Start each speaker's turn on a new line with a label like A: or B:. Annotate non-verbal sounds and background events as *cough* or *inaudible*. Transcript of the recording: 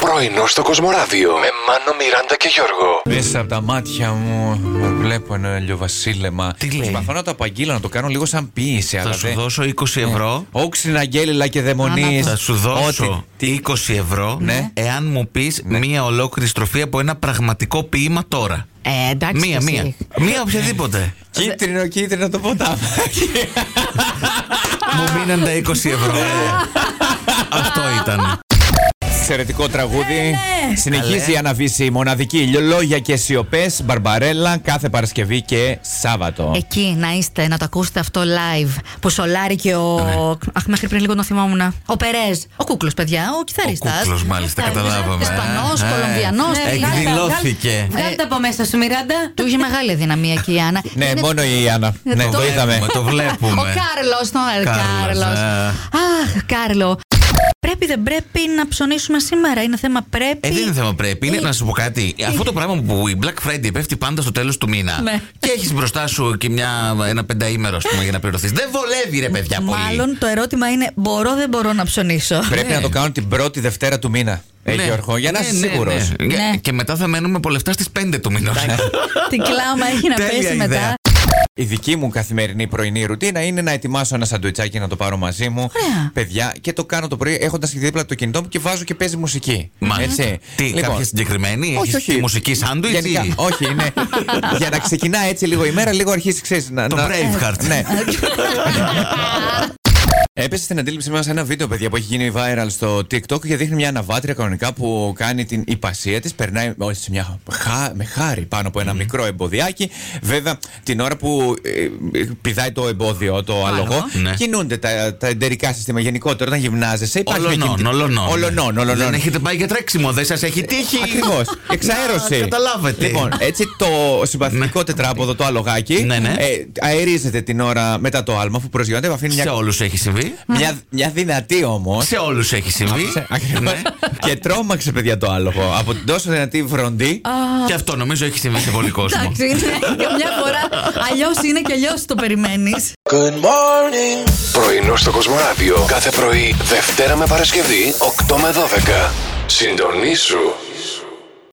A: Πρωινό στο Κοσμοράδιο με Μάνο, Μιράντα και Γιώργο.
B: Μέσα από τα μάτια μου βλέπω ένα ηλιοβασίλεμα.
C: Τι λέει?
B: Προσπαθώ να το απαγγείλω, να το κάνω λίγο σαν ποιήση.
C: Θα
B: αλλά
C: σου
B: δεν-
C: δώσω 20 ευρώ.
B: Όξινα γέλιλα και δαιμονίες
C: Θα σου δώσω
B: Ό,τι- τι-
C: 20 ευρώ
B: Ναι.
C: εάν μου πεις μία ολόκληρη στροφή από ένα πραγματικό ποίημα τώρα.
D: Ε, εντάξει.
C: Μία,
D: εσύ.
C: μία. Μία οποιαδήποτε.
B: Κίτρινο, κίτρινο το
C: *laughs*
B: ποτάμι.
C: μου μείναν τα 20 ευρώ. Αυτό ήταν.
B: Εξαιρετικό τραγούδι. Συνεχίζει η Αναβίση η μοναδική λόγια και σιωπές. Μπαρμπαρέλα κάθε Παρασκευή και Σάββατο.
D: Εκεί να είστε, να το ακούσετε αυτό live. Που σολάρει και ο.
C: Ναι.
D: Αχ, μέχρι πριν λίγο το θυμόμουν. Ο Περέζ. Ο κούκλος, παιδιά. Ο κυθαρίστα.
C: Ο Κούκλος, μάλιστα, καταλάβαμε.
D: Ισπανός,
C: Ε,
D: Κολομβιανό.
C: ναι, Εκδηλώθηκε.
E: Βγάλε τα από μέσα σου, Μιράντα.
D: Του είχε μεγάλη δυναμία και η Άννα.
B: Ναι,
D: Είναι-
B: μόνο η Άννα. Ναι,
D: το
B: το είδαμε.
C: Μα το
D: Ο
C: βλέπουμε.
D: Κάρλο, τον Κάρλος.
C: Κάρλος, ε.
D: Αχ, Κάρλο. Πρέπει, δεν πρέπει να ψωνίσουμε σήμερα. Είναι θέμα πρέπει.
C: Ε, δεν είναι θέμα πρέπει. Είναι, να σου πω κάτι. Αυτό το πράγμα που η Black Friday πέφτει πάντα στο τέλος του μήνα.
D: Ναι.
C: Και έχεις μπροστά σου και μια, ένα πενταήμερο ας πούμε, για να πληρωθείς. Δεν βολεύει, ρε παιδιά, πολύ.
D: Μάλλον το ερώτημα είναι: μπορώ, δεν μπορώ να ψωνίσω.
B: Πρέπει
C: Ναι.
B: να το κάνω την πρώτη Δευτέρα του μήνα. Ε,
C: Ναι.
B: Γιώργο, για να
C: Ναι,
B: είσαι
C: ναι,
B: σίγουρο.
C: ναι. Και-
D: Ναι.
C: Και μετά θα μένουμε από λεφτά στις 5 του μηνό.
D: Τι κλάμα έχει να
C: Τέλεια
D: πέσει
C: ιδέα.
D: μετά.
B: Η δική μου καθημερινή πρωινή ρουτίνα είναι να ετοιμάσω ένα σαντουιτσάκι να το πάρω μαζί μου.
D: Ωραία.
B: Παιδιά, και το κάνω το πρωί έχοντας και δίπλα το κινητό μου και βάζω και παίζει μουσική. Έτσι.
C: Τι, κάποια συγκεκριμένη, έχεις τη μουσική σάντουιτς ή-
B: Λοιπόν. Γενικά, όχι, είναι. για να ξεκινά έτσι λίγο η μέρα, λίγο αρχίζει, ξέρεις. Να,
C: Το
B: να-
C: Braveheart.
B: Ναι. Έπεσε στην αντίληψή μας ένα βίντεο, παιδιά, που έχει γίνει viral στο TikTok και δείχνει μια αναβάτρια κανονικά που κάνει την υπασία της. Περνάει όχι, σε μια χα- με χάρη πάνω από ένα μικρό εμποδιάκι. Βέβαια, την ώρα που ε, ε, πηδάει το εμπόδιο, το αλογό,
C: ναι.
B: κινούνται τα, τα εντερικά σύστημα γενικότερα όταν γυμνάζεσαι. Υπάρχει μια
C: Ολονών,
B: κινητή-
C: ολονών.
B: Ολονών, ολονών.
C: Δεν έχετε πάει για τρέξιμο, δεν σας έχει τύχει.
B: Ακριβώς. Εξαέρωση.
C: Να καταλάβετε.
B: Λοιπόν, έτσι το συμπαθητικό
C: Ναι.
B: τετράποδο, το αλογάκι,
C: Ναι, ναι.
B: ε, αερίζεται την ώρα μετά το άλμα που προσγειώνεται. Αφήνει
C: Σε
B: μια,
C: όλους έχει συμβεί.
B: μια, μια δυνατή όμως.
C: Σε όλους έχει συμβεί. Ναι.
B: και τρόμαξε, παιδιά, το άλογο. Από την τόσο δυνατή βροντή.
C: Και αυτό νομίζω έχει συμβεί σε
D: *laughs*
C: πολύ κόσμο.
D: Εντάξει, είναι για μια φορά. Αλλιώς είναι και αλλιώς το περιμένεις.
A: Πρωινό στο Κοσμοράδιο κάθε πρωί, Δευτέρα με Παρασκευή, 8 με 12. Συντονίσου.